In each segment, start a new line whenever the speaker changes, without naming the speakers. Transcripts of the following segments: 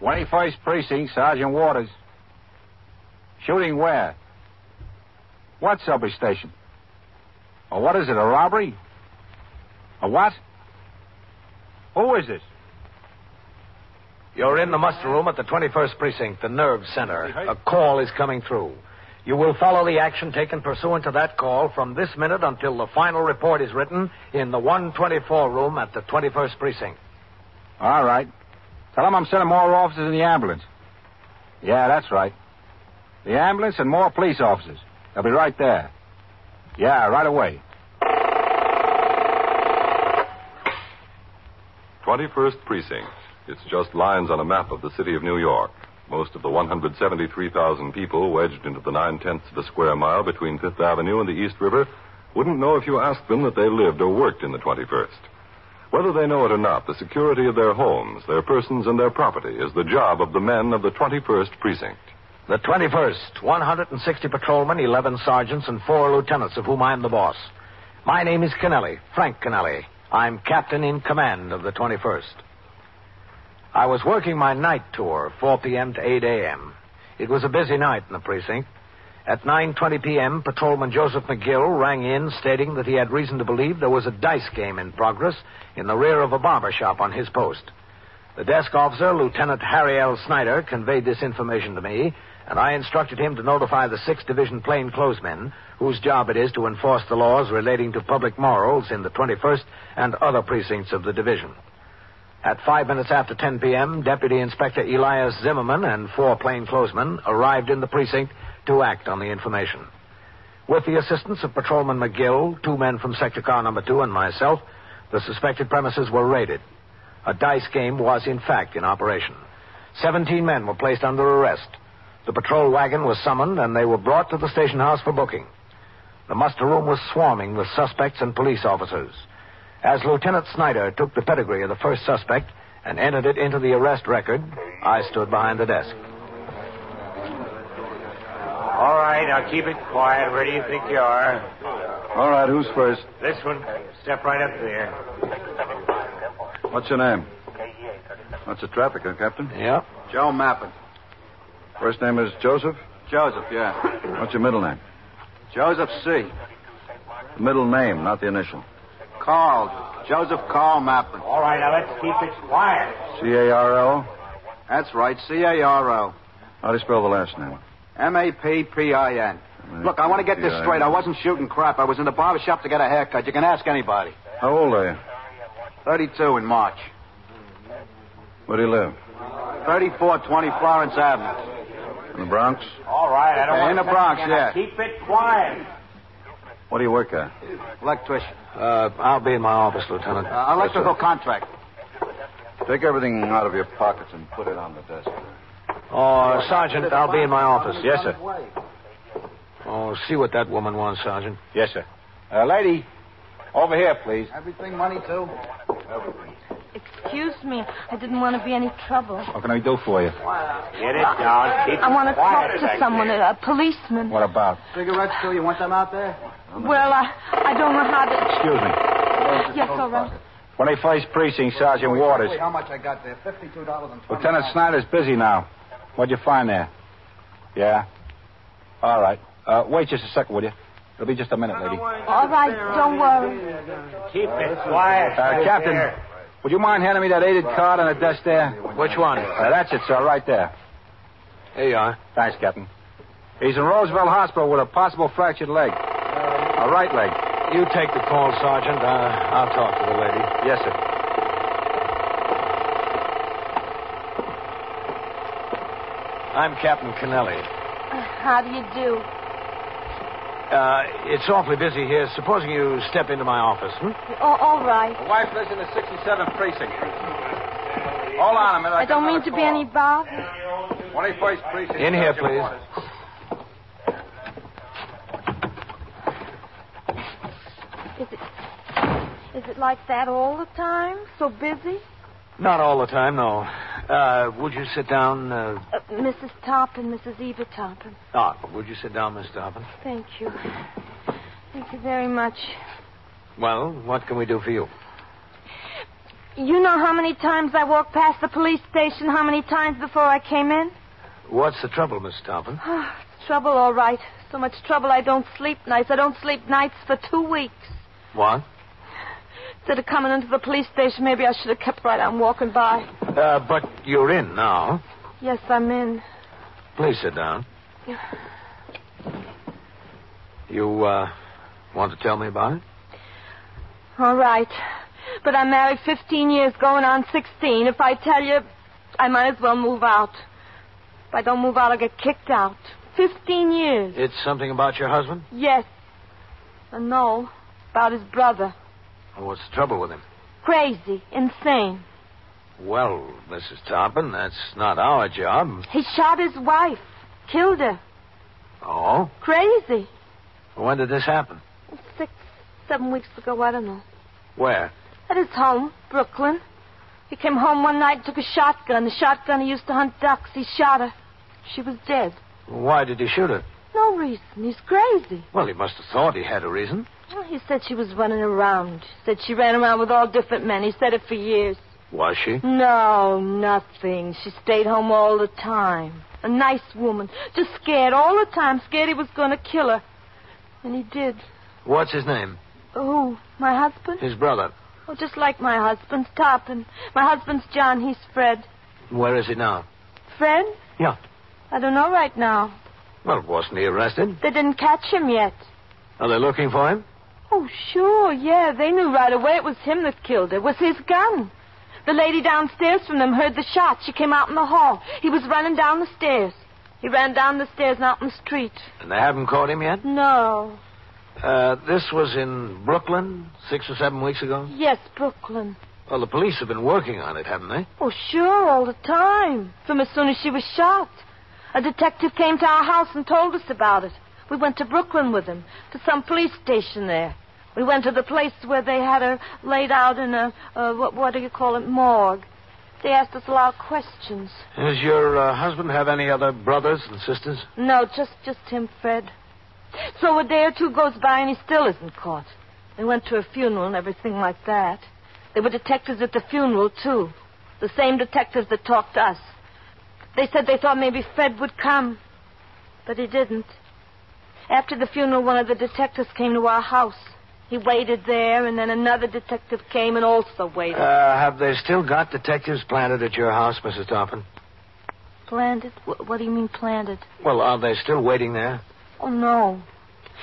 21st Precinct, Sergeant Waters. Shooting where? What subway station? Or what is it, a robbery? A what? Who is this?
You're in the muster room at the 21st Precinct, the nerve center. A call is coming through. You will follow the action taken pursuant to that call from this minute until the final report is written in the 124 room at the 21st Precinct.
All right. Tell him I'm sending more officers in the ambulance. Yeah, that's right. The ambulance and more police officers. They'll be right there. Yeah, right away.
21st Precinct. It's just lines on a map of the city of New York. Most of the 173,000 people wedged into the nine tenths of a square mile between Fifth Avenue and the East River wouldn't know if you asked them that they lived or worked in the 21st. Whether they know it or not, the security of their homes, their persons, and their property is the job of the men of the 21st Precinct.
The 21st, 160 patrolmen, 11 sergeants, and four lieutenants, of whom I'm the boss. My name is Kennelly, Frank Kennelly. I'm captain in command of the 21st. I was working my night tour, 4 p.m. to 8 a.m. It was a busy night in the precinct. At 9:20 p.m., patrolman Joseph McGill rang in stating that he had reason to believe there was a dice game in progress in the rear of a barber shop on his post. The desk officer, Lieutenant Harry L. Snyder, conveyed this information to me, and I instructed him to notify the 6th Division plainclothesmen, whose job it is to enforce the laws relating to public morals in the 21st and other precincts of the division. At five minutes after 10 p.m., Deputy Inspector Elias Zimmerman and four plainclothesmen arrived in the precinct to act on the information. With the assistance of Patrolman McGill, two men from Sector Car Number 2, and myself, the suspected premises were raided. A dice game was, in fact, in operation. Seventeen men were placed under arrest. The patrol wagon was summoned, and they were brought to the station house for booking. The muster room was swarming with suspects and police officers. As Lieutenant Snyder took the pedigree of the first suspect and entered it into the arrest record, I stood behind the desk.
All right, now keep it quiet. Where do you think you are?
All right, who's first?
This one. Step right up there.
What's your name? That's a trafficker, Captain.
Yeah.
Joe Mappin.
First name is Joseph.
Joseph, yeah.
What's your middle name?
Joseph C.
The middle name, not the initial.
Carl. Joseph Carl Mappin.
All right, now let's keep it quiet.
C A R L.
That's right, C A R O.
How do you spell the last name?
M A P P I N. Look, I want to get this straight. I wasn't shooting crap. I was in the barber shop to get a haircut. You can ask anybody.
How old are you?
32 in March.
Where do you live?
3420 Florence Avenue.
In the Bronx?
All right,
Uh,
I don't
In
want
the
to
Bronx,
Now
yeah.
Keep it quiet.
What do you work at?
Electrician.
Uh, I'll be in my office, Lieutenant.
Uh, electrical contract.
Take everything out of your pockets and put it on the desk.
Oh, Sergeant, I'll be in my office.
Yes, sir.
Oh, see what that woman wants, Sergeant.
Yes, sir. Uh, lady, over here, please.
Everything money, too?
Excuse me. I didn't want to be any trouble.
What can I do for you?
Get it
Ah.
down. Keep
I want to
it quiet
talk to
back
someone,
there.
a, a policeman.
What about?
Cigarettes, too? You want them out there?
Well, I, I don't know how to.
Excuse me.
Yes, all right.
21st Precinct, Sergeant Waters.
How much I got there? Fifty-two dollars and
Lieutenant Snyder's busy now. What'd you find there? Yeah. All right. Uh, wait just a second, will you? It'll be just a minute, lady.
All right, don't worry.
Keep it quiet.
Uh,
right
Captain,
there.
would you mind handing me that aided card on the desk there?
Which one?
Uh, that's it, sir, right there.
Here you are.
Thanks, Captain. He's in Roosevelt Hospital with a possible fractured leg. A right leg.
You take the call, Sergeant. Uh, I'll talk to the lady.
Yes, sir.
I'm Captain Kennelly.
How do you do?
Uh, it's awfully busy here. Supposing you step into my office, hmm?
All, all right.
wife lives in the 67th precinct. Hold on a minute.
I don't mean to be any bother.
21st precinct.
In here, please.
Is it, is it like that all the time? So busy?
Not all the time, no. Uh, would you sit down? Uh,
Uh, Mrs. Toppin, Mrs. Eva Toppin.
ah, would you sit down, Miss Dobbin?
Thank you. Thank you very much.
Well, what can we do for you?
You know how many times I walked past the police station, how many times before I came in?
What's the trouble, Miss Toppin?
trouble, all right. So much trouble I don't sleep nights. I don't sleep nights for two weeks.
What?
Instead of coming into the police station, maybe I should have kept right on walking by.
Uh, but you're in now.
Yes, I'm in.
Please sit down. You, uh, want to tell me about it?
All right. But I'm married 15 years, going on 16. If I tell you, I might as well move out. If I don't move out, I'll get kicked out. 15 years.
It's something about your husband?
Yes. And no, about his brother.
Well, Oh, what's the trouble with him?
Crazy, insane.
Well, Mrs. Toppin, that's not our job.
He shot his wife, killed her.
Oh?
Crazy.
When did this happen?
Six, seven weeks ago, I don't know.
Where?
At his home, Brooklyn. He came home one night and took a shotgun. The shotgun he used to hunt ducks. He shot her. She was dead.
Why did he shoot her?
No reason. He's crazy.
Well, he must have thought he had a reason.
Well, he said she was running around. Said she ran around with all different men. He said it for years.
Was she?
No, nothing. She stayed home all the time. A nice woman. Just scared all the time. Scared he was going to kill her. And he did.
What's his name?
Who? My husband?
His brother.
Oh, just like my husband's Toppin. My husband's John. He's Fred.
Where is he now?
Fred?
Yeah.
I don't know right now.
Well, wasn't he arrested?
They didn't catch him yet.
Are they looking for him?
Oh, sure, yeah. They knew right away it was him that killed her. It was his gun. The lady downstairs from them heard the shot. She came out in the hall. He was running down the stairs. He ran down the stairs and out in the street.
And they haven't caught him yet?
No.
Uh, this was in Brooklyn six or seven weeks ago?
Yes, Brooklyn.
Well, the police have been working on it, haven't they?
Oh, sure, all the time. From as soon as she was shot. A detective came to our house and told us about it. We went to Brooklyn with him, to some police station there. We went to the place where they had her laid out in a, uh, what, what do you call it, morgue. They asked us a lot of questions.
Does your uh, husband have any other brothers and sisters?
No, just, just him, Fred. So a day or two goes by and he still isn't caught. They went to a funeral and everything like that. There were detectives at the funeral, too. The same detectives that talked to us. They said they thought maybe Fred would come, but he didn't. After the funeral, one of the detectives came to our house. He waited there, and then another detective came and also waited.
Uh, have they still got detectives planted at your house, Mrs. Toppin?
Planted? What, what do you mean planted?
Well, are they still waiting there?
Oh, no.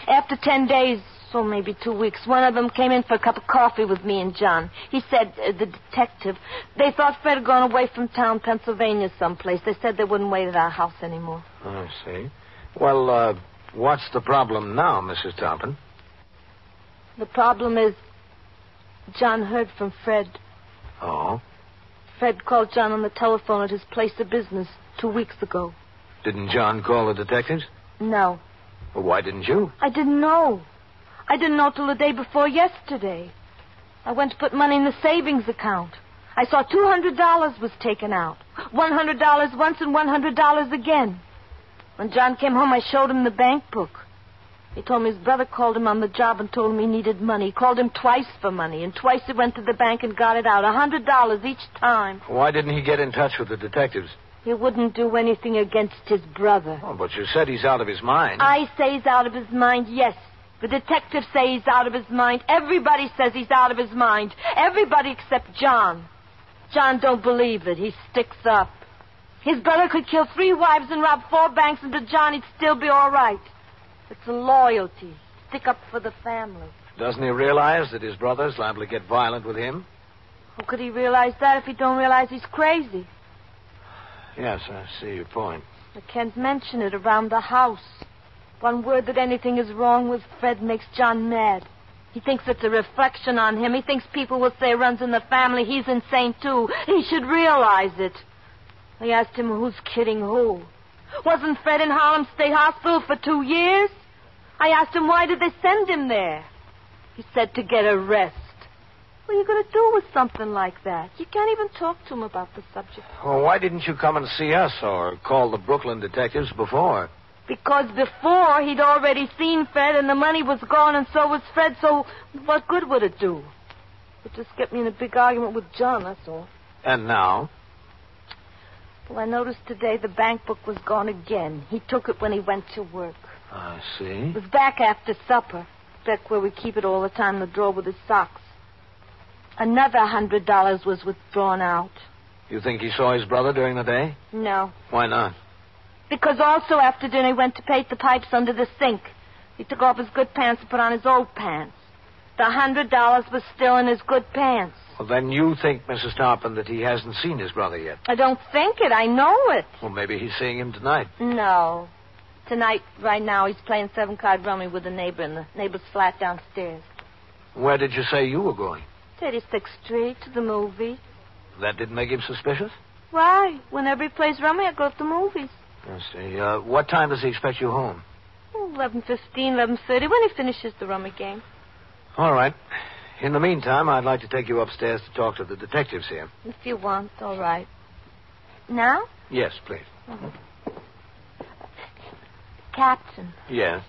After ten days, so maybe two weeks, one of them came in for a cup of coffee with me and John. He said, uh, the detective, they thought Fred had gone away from town, Pennsylvania, someplace. They said they wouldn't wait at our house anymore.
I see. Well, uh, what's the problem now, Mrs. Toppin?
The problem is, John heard from Fred.
Oh?
Fred called John on the telephone at his place of business two weeks ago.
Didn't John call the detectives?
No,
Well, why didn't you?
I didn't know. I didn't know till the day before yesterday. I went to put money in the savings account. I saw $200 was taken out. $100 once and $100 again. When John came home, I showed him the bank book. He told me his brother called him on the job and told him he needed money. He called him twice for money, and twice he went to the bank and got it out. $100 each time.
Why didn't he get in touch with the detectives?
He wouldn't do anything against his brother.
Oh, but you said he's out of his mind.
I say he's out of his mind, yes. The detectives say he's out of his mind. Everybody says he's out of his mind. Everybody except John. John don't believe it. He sticks up. His brother could kill three wives and rob four banks, and to John he'd still be all right. It's a loyalty. Stick up for the family.
Doesn't he realize that his brother's liable to get violent with him?
How could he realize that if he don't realize he's crazy?
Yes, I see your point.
I can't mention it around the house. One word that anything is wrong with Fred makes John mad. He thinks it's a reflection on him. He thinks people will say it runs in the family. He's insane, too. He should realize it. They asked him who's kidding who. Wasn't Fred in Harlem State Hospital for two years? I asked him why did they send him there. He said to get a rest. What are you going to do with something like that? You can't even talk to him about the subject.
Well, why didn't you come and see us or call the Brooklyn detectives before?
Because before he'd already seen Fred and the money was gone and so was Fred, so what good would it do? It just get me in a big argument with John, that's all.
And now?
Well, I noticed today the bank book was gone again. He took it when he went to work.
I see.
It was back after supper, back where we keep it all the time, in the drawer with his socks. Another hundred dollars was withdrawn out.
You think he saw his brother during the day?
No,
Why not?
because also after dinner he went to paint the pipes under the sink. He took off his good pants and put on his old pants. The hundred dollars was still in his good pants.
Well, then you think, Mrs. Tarpon, that he hasn't seen his brother yet.
I don't think it. I know it.
Well, maybe he's seeing him tonight.
No. Tonight, right now, he's playing seven card rummy with a neighbor in the neighbor's flat downstairs.
Where did you say you were going?
36th Street to the movie.
That didn't make him suspicious?
Why? Whenever he plays rummy, I go to the movies.
I see. Uh, what time does he expect you home?
Oh, 11.15, 11.30, when he finishes the rummy game.
All right. In the meantime, I'd like to take you upstairs to talk to the detectives here.
If you want, all right. Now?
Yes, please.
Captain,
Yes.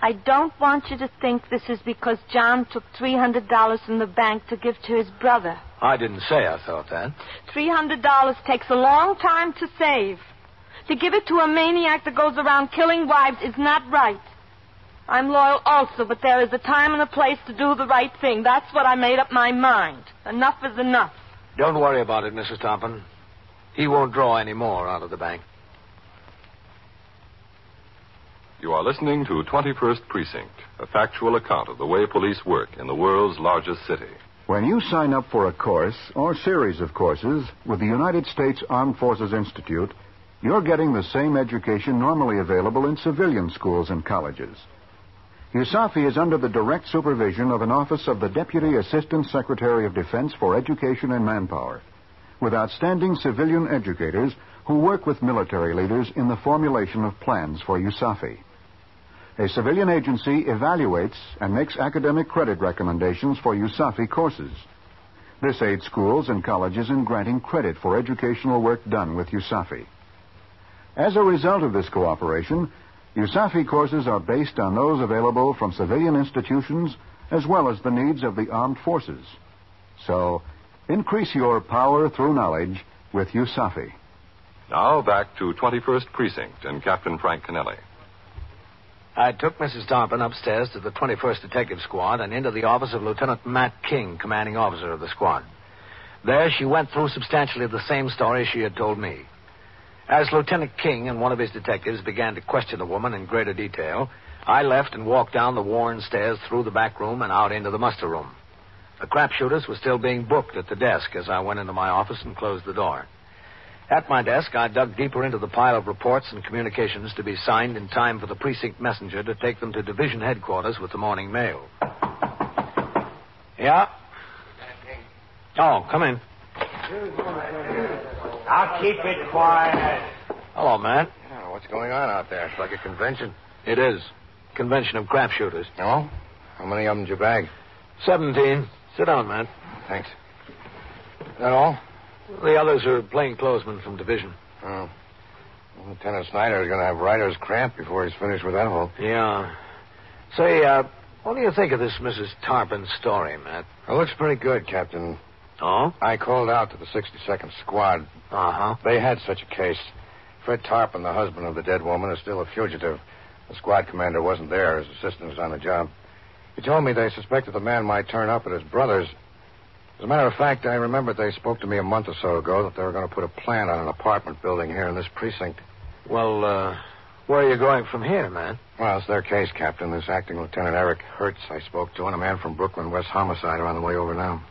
I don't want you to think this is because John took $300 from the bank to give to his brother.
I didn't say I thought that.
$300 takes a long time to save. To give it to a maniac that goes around killing wives is not right. I'm loyal also, but there is a time and a place to do the right thing. That's what I made up my mind. Enough is enough.
Don't worry about it, Mrs. Tompin. He won't draw any more out of the bank.
You are listening to 21st Precinct, a factual account of the way police work in the world's largest city.
When you sign up for a course or series of courses with the United States Armed Forces Institute, you're getting the same education normally available in civilian schools and colleges. USAFI is under the direct supervision of an office of the Deputy Assistant Secretary of Defense for Education and Manpower, with outstanding civilian educators who work with military leaders in the formulation of plans for USAFI. A civilian agency evaluates and makes academic credit recommendations for USAFI courses. This aids schools and colleges in granting credit for educational work done with USAFI. As a result of this cooperation, USAFI courses are based on those available from civilian institutions as well as the needs of the armed forces. So, increase your power through knowledge with USAFI.
Now back to 21st Precinct and Captain Frank Kennelly.
I took Mrs. Tompin upstairs to the 21st Detective Squad and into the office of Lieutenant Matt King, commanding officer of the squad. There, she went through substantially the same story she had told me. As Lieutenant King and one of his detectives began to question the woman in greater detail, I left and walked down the worn stairs through the back room and out into the muster room. The crapshooters were still being booked at the desk as I went into my office and closed the door. At my desk, I dug deeper into the pile of reports and communications to be signed in time for the precinct messenger to take them to division headquarters with the morning mail. Yeah? Oh, come in.
Now keep it quiet.
Hello, Matt.
Yeah, what's going on out there? It's like a convention.
It is. Convention of crapshooters.
No? How many of them did you bag?
17. Sit down, Matt.
Thanks. Is that all?
The others are plainclothesmen from division.
Oh. Lieutenant Snyder is going to have writer's cramp before he's finished with that hole.
Yeah. Say, uh, what do you think of this Mrs. Tarpon story, Matt?
It looks pretty good, Captain.
Oh?
I called out to the 62nd Squad.
Uh huh.
They had such a case. Fred Tarpon, the husband of the dead woman, is still a fugitive. The squad commander wasn't there. His assistant was on the job. He told me they suspected the man might turn up at his brother's. As a matter of fact, I remembered they spoke to me a month or so ago that they were going to put a plan on an apartment building here in this precinct.
Well, uh, where are you going from here, Matt?
Well, it's their case, Captain. This acting Lieutenant Eric Hertz I spoke to, and a man from Brooklyn West Homicide are on the way over now.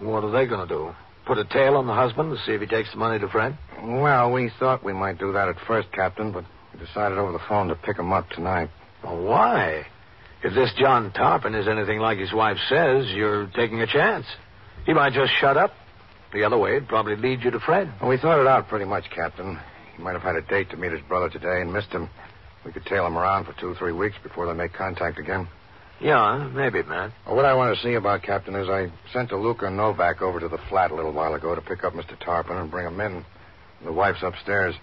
What are they going to do? Put a tail on the husband to see if he takes the money to Fred?
Well, we thought we might do that at first, Captain, but we decided over the phone to pick him up tonight.
Well, why? If this John Tarpon is anything like his wife says, you're taking a chance. He might just shut up. The other way, it'd probably lead you to Fred.
Well, we thought it out pretty much, Captain. He might have had a date to meet his brother today and missed him. We could tail him around for two, three weeks before they make contact again.
Yeah, maybe, Matt.
Well, what I want to see about, Captain, is I sent a Luca Novak over to the flat a little while ago to pick up Mr. Tarpon and bring him in. The wife's upstairs.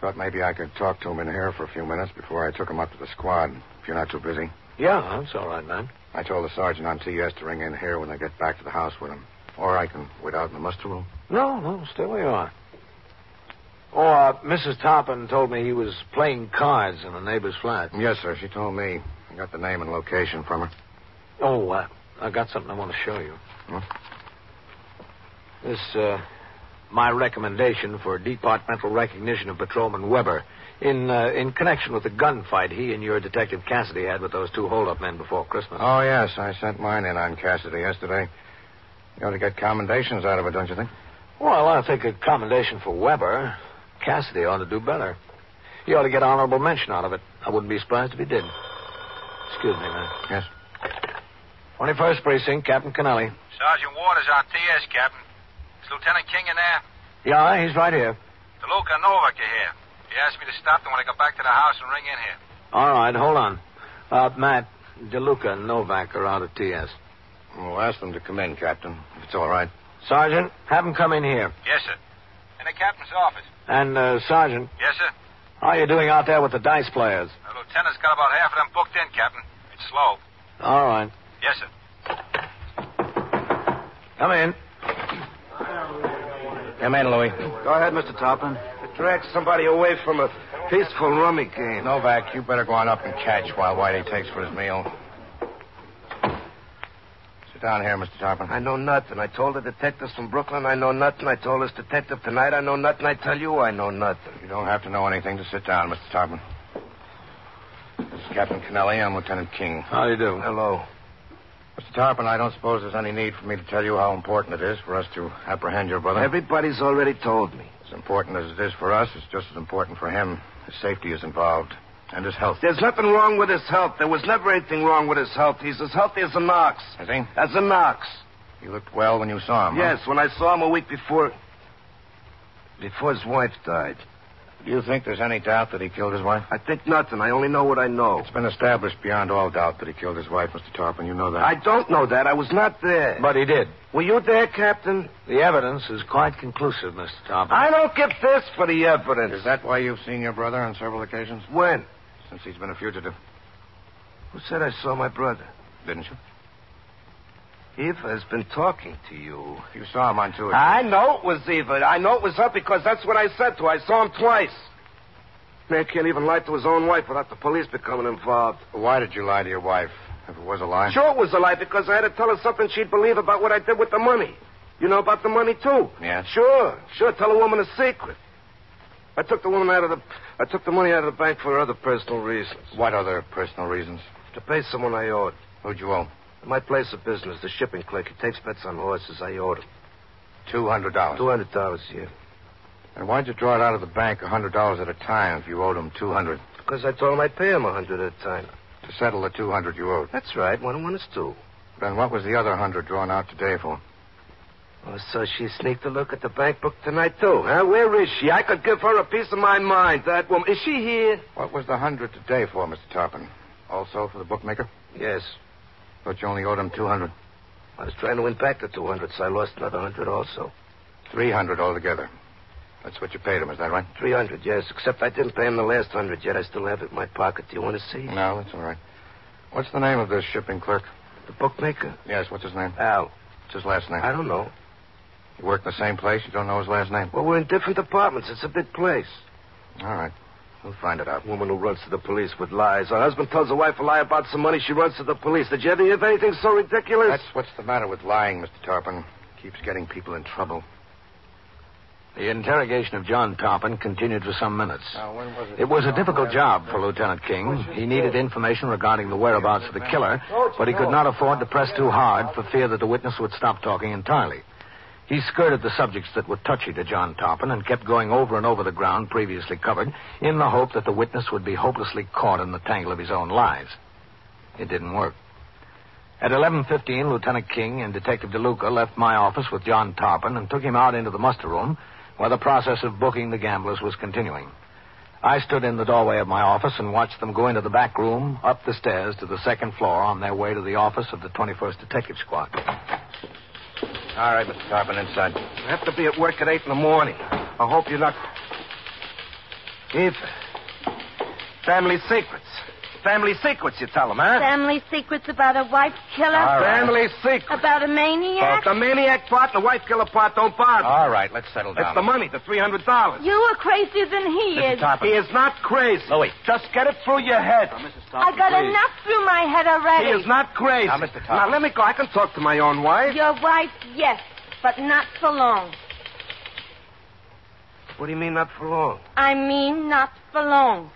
Thought maybe I could talk to him in here for a few minutes before I took him up to the squad, if you're not too busy.
Yeah, that's all right, Matt.
I told the sergeant on TS to ring in here when they get back to the house with him. Or I can wait out in the muster room.
No, no, stay where you are. Oh, uh, Mrs. Toppin told me he was playing cards in a neighbor's flat.
Yes, sir. She told me. I got the name and location from her.
Oh, uh, I got something I want to show you.
Huh?
This, uh, my recommendation for departmental recognition of Patrolman Weber in uh, in connection with the gunfight he and your detective Cassidy had with those two holdup men before Christmas.
Oh, yes. I sent mine in on Cassidy yesterday. You ought to get commendations out of it, don't you think?
Well, I think a commendation for Weber. Cassidy ought to do better. He ought to get honorable mention out of it. I wouldn't be surprised if he did. Excuse me, man.
Yes.
21st Precinct, Captain Kennelly.
Sergeant Waters on TS, Captain. Is Lieutenant King in there?
Yeah, he's right here.
DeLuca Novak are here. He asked me to stop them when I go back to the house and ring in here.
All right, hold on. Uh, Matt, DeLuca and Novak are out at TS.
Well, ask them to come in, Captain, if it's all right.
Sergeant, have them come in here.
Yes, sir. In the captain's office.
And, uh, Sergeant,
Yes, sir.
how are you doing out there with the dice players?
The lieutenant's got about half of them booked in, Captain. It's slow.
All right.
Yes, sir.
Come in.
Come in, Louis.
Go ahead, Mr. Toppin.
Drag somebody away from a peaceful rummy game. Novak, you better go on up and catch while Whitey takes for his meal. Sit down here, Mr. Toppin.
I know nothing. I told the detectives from Brooklyn I know nothing. I told this detective tonight I know nothing. I tell you I know nothing.
You don't have to know anything to sit down, Mr. Toppin. This is Captain Kennelly. I'm Lieutenant King.
How do you do?
Hello. Mr. Tarpon, I don't suppose there's any need for me to tell you how important it is for us to apprehend your brother.
Everybody's already told me.
As important as it is for us, it's just as important for him. His safety is involved, and his health.
There's nothing wrong with his health. There was never anything wrong with his health. He's as healthy as an ox.
Is he?
As an ox.
You looked well when you saw
Uh-huh.
him.
Yes, when I saw him a week before. Before his wife died.
Huh? Do you think there's any doubt that he killed his wife?
I think nothing. I only know what I know.
It's been established beyond all doubt that he killed his wife, Mr. Tarpon. You know that.
I don't know that. I was not there.
But he did.
Were you there, Captain?
The evidence is quite conclusive, Mr. Toppin.
I don't get this for the evidence.
Is that why you've seen your brother on several occasions?
When?
Since he's been a fugitive,
Who said I saw my brother?
didn't you?
Eva has been talking to you.
You saw him on two occasions.
I know it was Eva. I know it was her because that's what I said to her. I saw him twice. Man can't even lie to his own wife without the police becoming involved.
Why did you lie to your wife? If it was a lie?
Sure it was a lie because I had to tell her something she'd believe about what I did with the money. You know about the money, too?
Yeah.
Sure, sure. Tell a woman a secret. I took the woman out of the... I took the money out of the bank for other personal reasons.
What other personal reasons?
To pay someone I owed.
Who'd you owe?
My place of business, the shipping clerk, he takes bets on horses. I owed him.
Two hundred dollars.
Two hundred dollars here.
And why'd you draw it out of the bank a hundred dollars at a time if you owed him two hundred?
Because I told him I'd pay him a hundred at a time.
To settle the two hundred you owed.
That's right. One and one is two.
Then what was the other hundred drawn out today for?
Oh, so she sneaked a look at the bank book tonight too, huh? Where is she? I could give her a piece of my mind. That woman. Is she here?
What was the hundred today for, Mr. Tarpon? Also for the bookmaker?
Yes.
But you only owed him two hundred.
I was trying to win back the two hundred, so I lost another hundred also.
Three hundred altogether. That's what you paid him, is that right?
Three hundred, yes. Except I didn't pay him the last hundred yet. I still have it in my pocket. Do you want to see?
No, that's all right. What's the name of this shipping clerk?
The bookmaker.
Yes, what's his name?
Al.
What's his last name?
I don't know.
You work in the same place, you don't know his last name.
Well, we're in different departments. It's a big place.
All right. We'll find it out.
Woman who runs to the police with lies. Her husband tells her wife a lie about some money. She runs to the police. Did you ever hear of anything so ridiculous?
That's what's the matter with lying, Mr. Tarpon. Keeps getting people in trouble.
The interrogation of John Toppin continued for some minutes.
Now, when was it?
It was a difficult job for Lieutenant King. He needed information regarding the whereabouts of the killer, but he could not afford to press too hard for fear that the witness would stop talking entirely. He skirted the subjects that were touchy to John Toppin and kept going over and over the ground previously covered in the hope that the witness would be hopelessly caught in the tangle of his own lies. It didn't work. At 11:15, Lieutenant King and Detective DeLuca left my office with John Toppin and took him out into the muster room where the process of booking the gamblers was continuing. I stood in the doorway of my office and watched them go into the back room, up the stairs to the second floor on their way to the office of the 21st Detective Squad.
All right, Mr. Tarpon, inside.
I have to be at work at 8 in the morning. I hope you're not. Eva. Family secrets. Family secrets, you tell them, huh?
Family secrets about a wife killer?
All right. Family secrets.
About a maniac?
Both the maniac part and the wife killer part don't bother.
All right, let's settle down.
It's the money, the three hundred dollars.
You are crazier than he
Mrs.
is.
He is not crazy. Louis, just get it through your head.
I got enough through my head already.
He is not crazy.
Now, Mr. Thompson.
Now, let me go. I can talk to my own wife.
Your wife, yes, but not for long.
What do you mean, not for long?
I mean, not for long.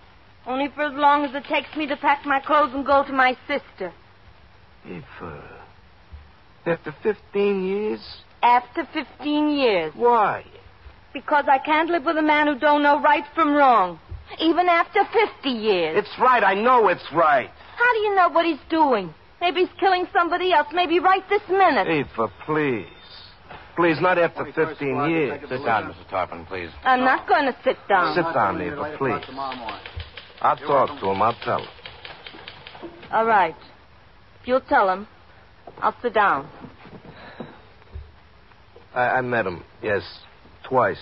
Only for as long as it takes me to pack my clothes and go to my sister.
If, uh, after 15 years?
After 15 years.
Why?
Because I can't live with a man who don't know right from wrong. Even after 50 years.
It's right. I know it's right.
How do you know what he's doing? Maybe he's killing somebody else. Maybe right this minute.
Eva, please. Please, not after 15 years.
Sit down, Mrs. Tarpon, please.
I'm not going to sit down.
Sit down, Eva, please. I'll talk to him. I'll tell him.
All right. If you'll tell him, I'll sit down.
I, I met him, yes, twice.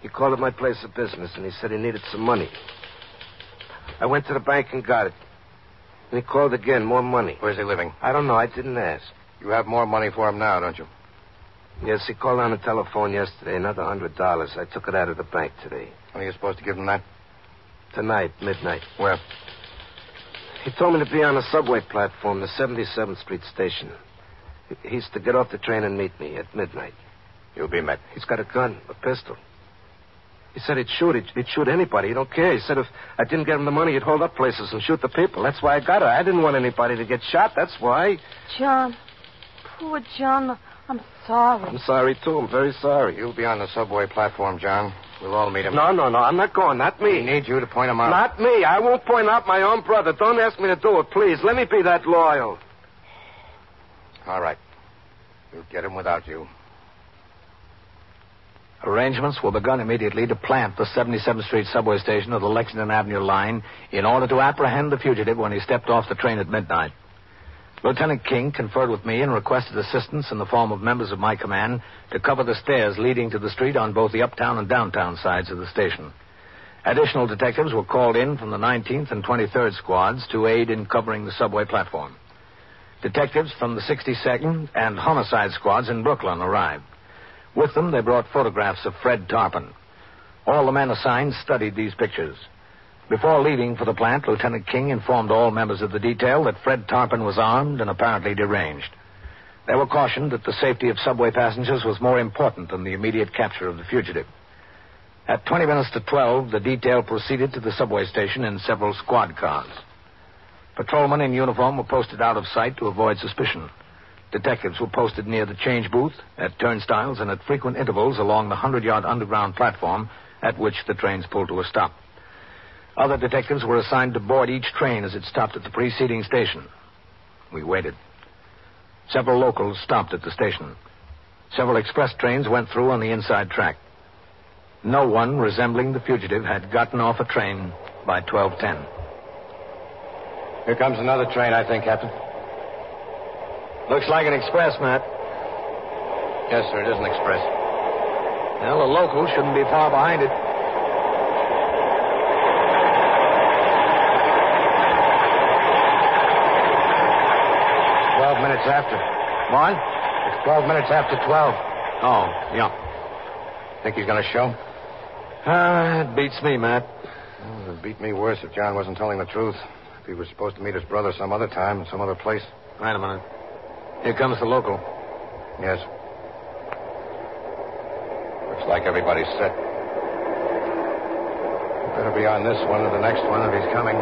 He called at my place of business and he said he needed some money. I went to the bank and got it. And he called again, more money.
Where's he living?
I don't know, I didn't ask.
You have more money for him now, don't you?
Yes, he called on the telephone yesterday, another hundred dollars. I took it out of the bank today.
When are you supposed to give him that?
Tonight, midnight.
Where?
He told me to be on the subway platform, the 77th Street station. He- He's to get off the train and meet me at midnight.
You'll be met.
He's got a gun, a pistol. He said he'd shoot. He'd, he'd shoot anybody. He don't care. He said if I didn't get him the money, he'd hold up places and shoot the people. That's why I got her. I didn't want anybody to get shot. That's why.
John. Poor John. I'm sorry.
I'm sorry, too. I'm very sorry.
You'll be on the subway platform, John. We'll all meet him.
No, no, no. I'm not going. Not
We
me.
need you to point him out.
Not me. I won't point out my own brother. Don't ask me to do it, please. Let me be that loyal.
All right. We'll get him without you.
Arrangements were begun immediately to plant the 77th Street subway station of the Lexington Avenue line in order to apprehend the fugitive when he stepped off the train at midnight. Lieutenant King conferred with me and requested assistance in the form of members of my command to cover the stairs leading to the street on both the uptown and downtown sides of the station. Additional detectives were called in from the 19th and 23rd squads to aid in covering the subway platform. Detectives from the 62nd and homicide squads in Brooklyn arrived. With them, they brought photographs of Fred Tarpon. All the men assigned studied these pictures. Before leaving for the plant, Lieutenant King informed all members of the detail that Fred Tarpon was armed and apparently deranged. They were cautioned that the safety of subway passengers was more important than the immediate capture of the fugitive. At 20 minutes to 12, the detail proceeded to the subway station in several squad cars. Patrolmen in uniform were posted out of sight to avoid suspicion. Detectives were posted near the change booth, at turnstiles, and at frequent intervals along the 100 yard underground platform at which the trains pulled to a stop. Other detectives were assigned to board each train as it stopped at the preceding station. We waited. Several locals stopped at the station. Several express trains went through on the inside track. No one resembling the fugitive had gotten off a train by 1210.
Here comes another train, I think, Captain.
Looks like an express, Matt.
Yes, sir, it is an express.
Well, the local shouldn't be far behind it.
Twelve minutes after.
What?
It's twelve minutes after twelve.
Oh, yeah.
Think he's going to show?
Ah, it beats me, Matt.
Oh, it'd beat me worse if John wasn't telling the truth. If he was supposed to meet his brother some other time in some other place.
Wait a minute. Here comes the local.
Yes. Looks like everybody's set. Better be on this one or the next one if he's coming.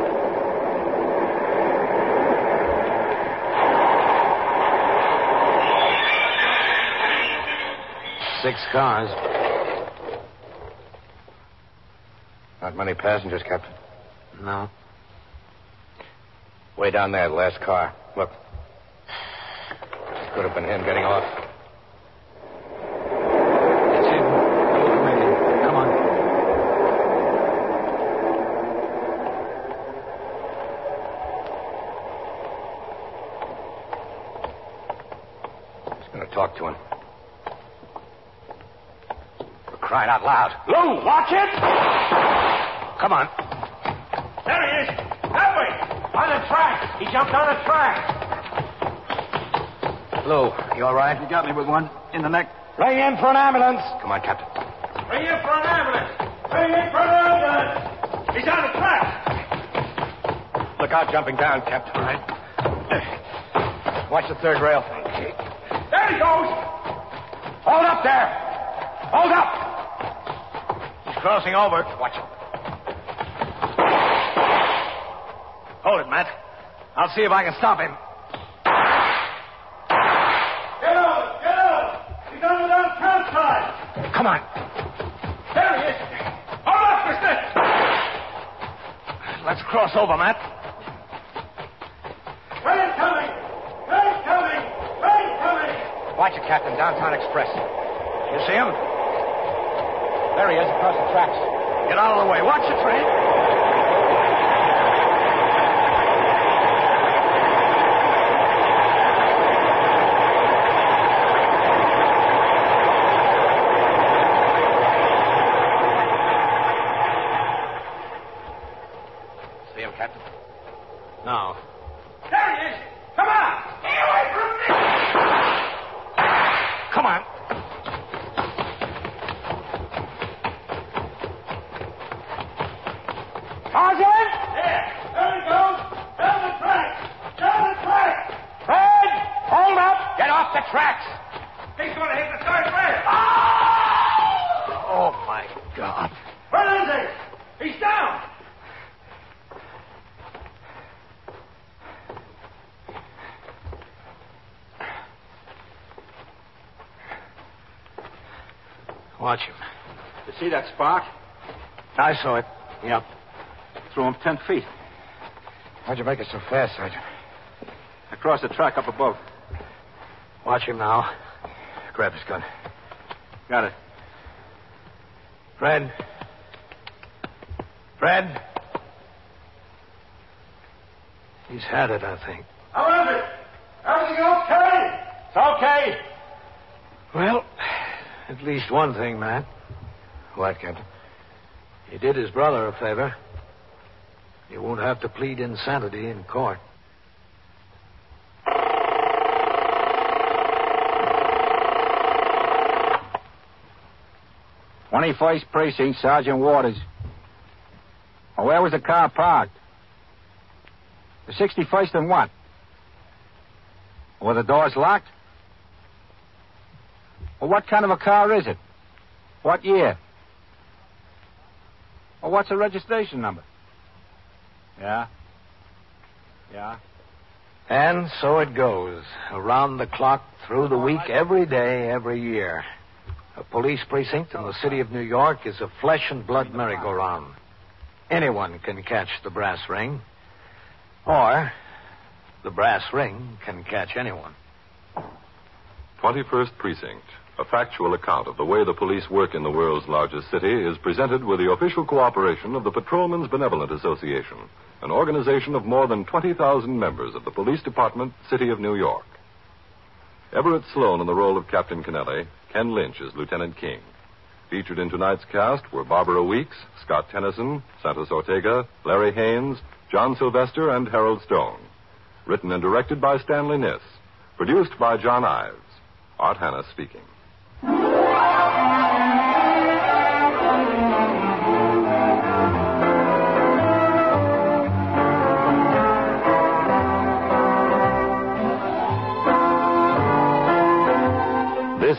Six cars.
Not many passengers, Captain.
No.
Way down there, the last car. Look. It could have been him getting off.
It's him. Maybe. Come on.
He's going to talk to him. For crying out loud.
Lou, watch it!
Come on.
There he is! That way! On the track! He jumped on the track!
Lou,
You all right? You got me with one in the neck.
ring in for an ambulance.
Come on, Captain.
Bring in for an ambulance! Bring in for an ambulance! He's on the track!
Look out, jumping down, Captain. All right. Watch the third rail.
There he goes!
Hold up there! Hold up! He's crossing over. Watch it.
Hold it, Matt. I'll see if I can stop him.
Get out! Get out! He's on the downtown side!
Come on.
There he is! Hold up, mister!
Let's cross over, Matt.
Train coming! Train coming! Train coming!
Watch it, Captain. Downtown Express.
You see him?
There he is across the tracks.
Get out of the way. Watch the train.
See him, Captain?
No.
There he is! Come on! Stay away from me!
Come on.
Sergeant! There! There he goes! Down the track! Down the track! Fred! Hold up! Get off the tracks! He's going to hit the third rail!
Oh, my God.
Where is he? He's down!
Watch him.
You see that spark?
I saw it. Yep.
Threw him ten feet.
How'd you make it so fast, Sergeant?
Across the track up above.
Watch him now.
Grab his gun.
Got it.
Fred. Fred. He's had it, I think.
How is it? Everything okay? It's okay.
Well, at least one thing, Matt.
What, Captain?
He did his brother a favor. He won't have to plead insanity in court.
Twenty-first precinct, Sergeant Waters. Well, where was the car parked? The sixty-first and what? Were the doors locked? Well, what kind of a car is it? What year? Well, what's the registration number? Yeah. Yeah.
And so it goes. Around the clock, through the week, every day, every year. A police precinct in the city of New York is a flesh and blood merry-go-round. Anyone can catch the brass ring, or the brass ring can catch anyone.
21st Precinct, a factual account of the way the police work in the world's largest city, is presented with the official cooperation of the Patrolmen's Benevolent Association, an organization of more than 20,000 members of the Police Department, City of New York. Everett Sloan in the role of Captain Kennelly, Ken Lynch as Lieutenant King. Featured in tonight's cast were Barbara Weeks, Scott Tennyson, Santos Ortega, Larry Haynes, John Sylvester, and Harold Stone. Written and directed by Stanley Niss. Produced by John Ives. Art Hanna speaking.
This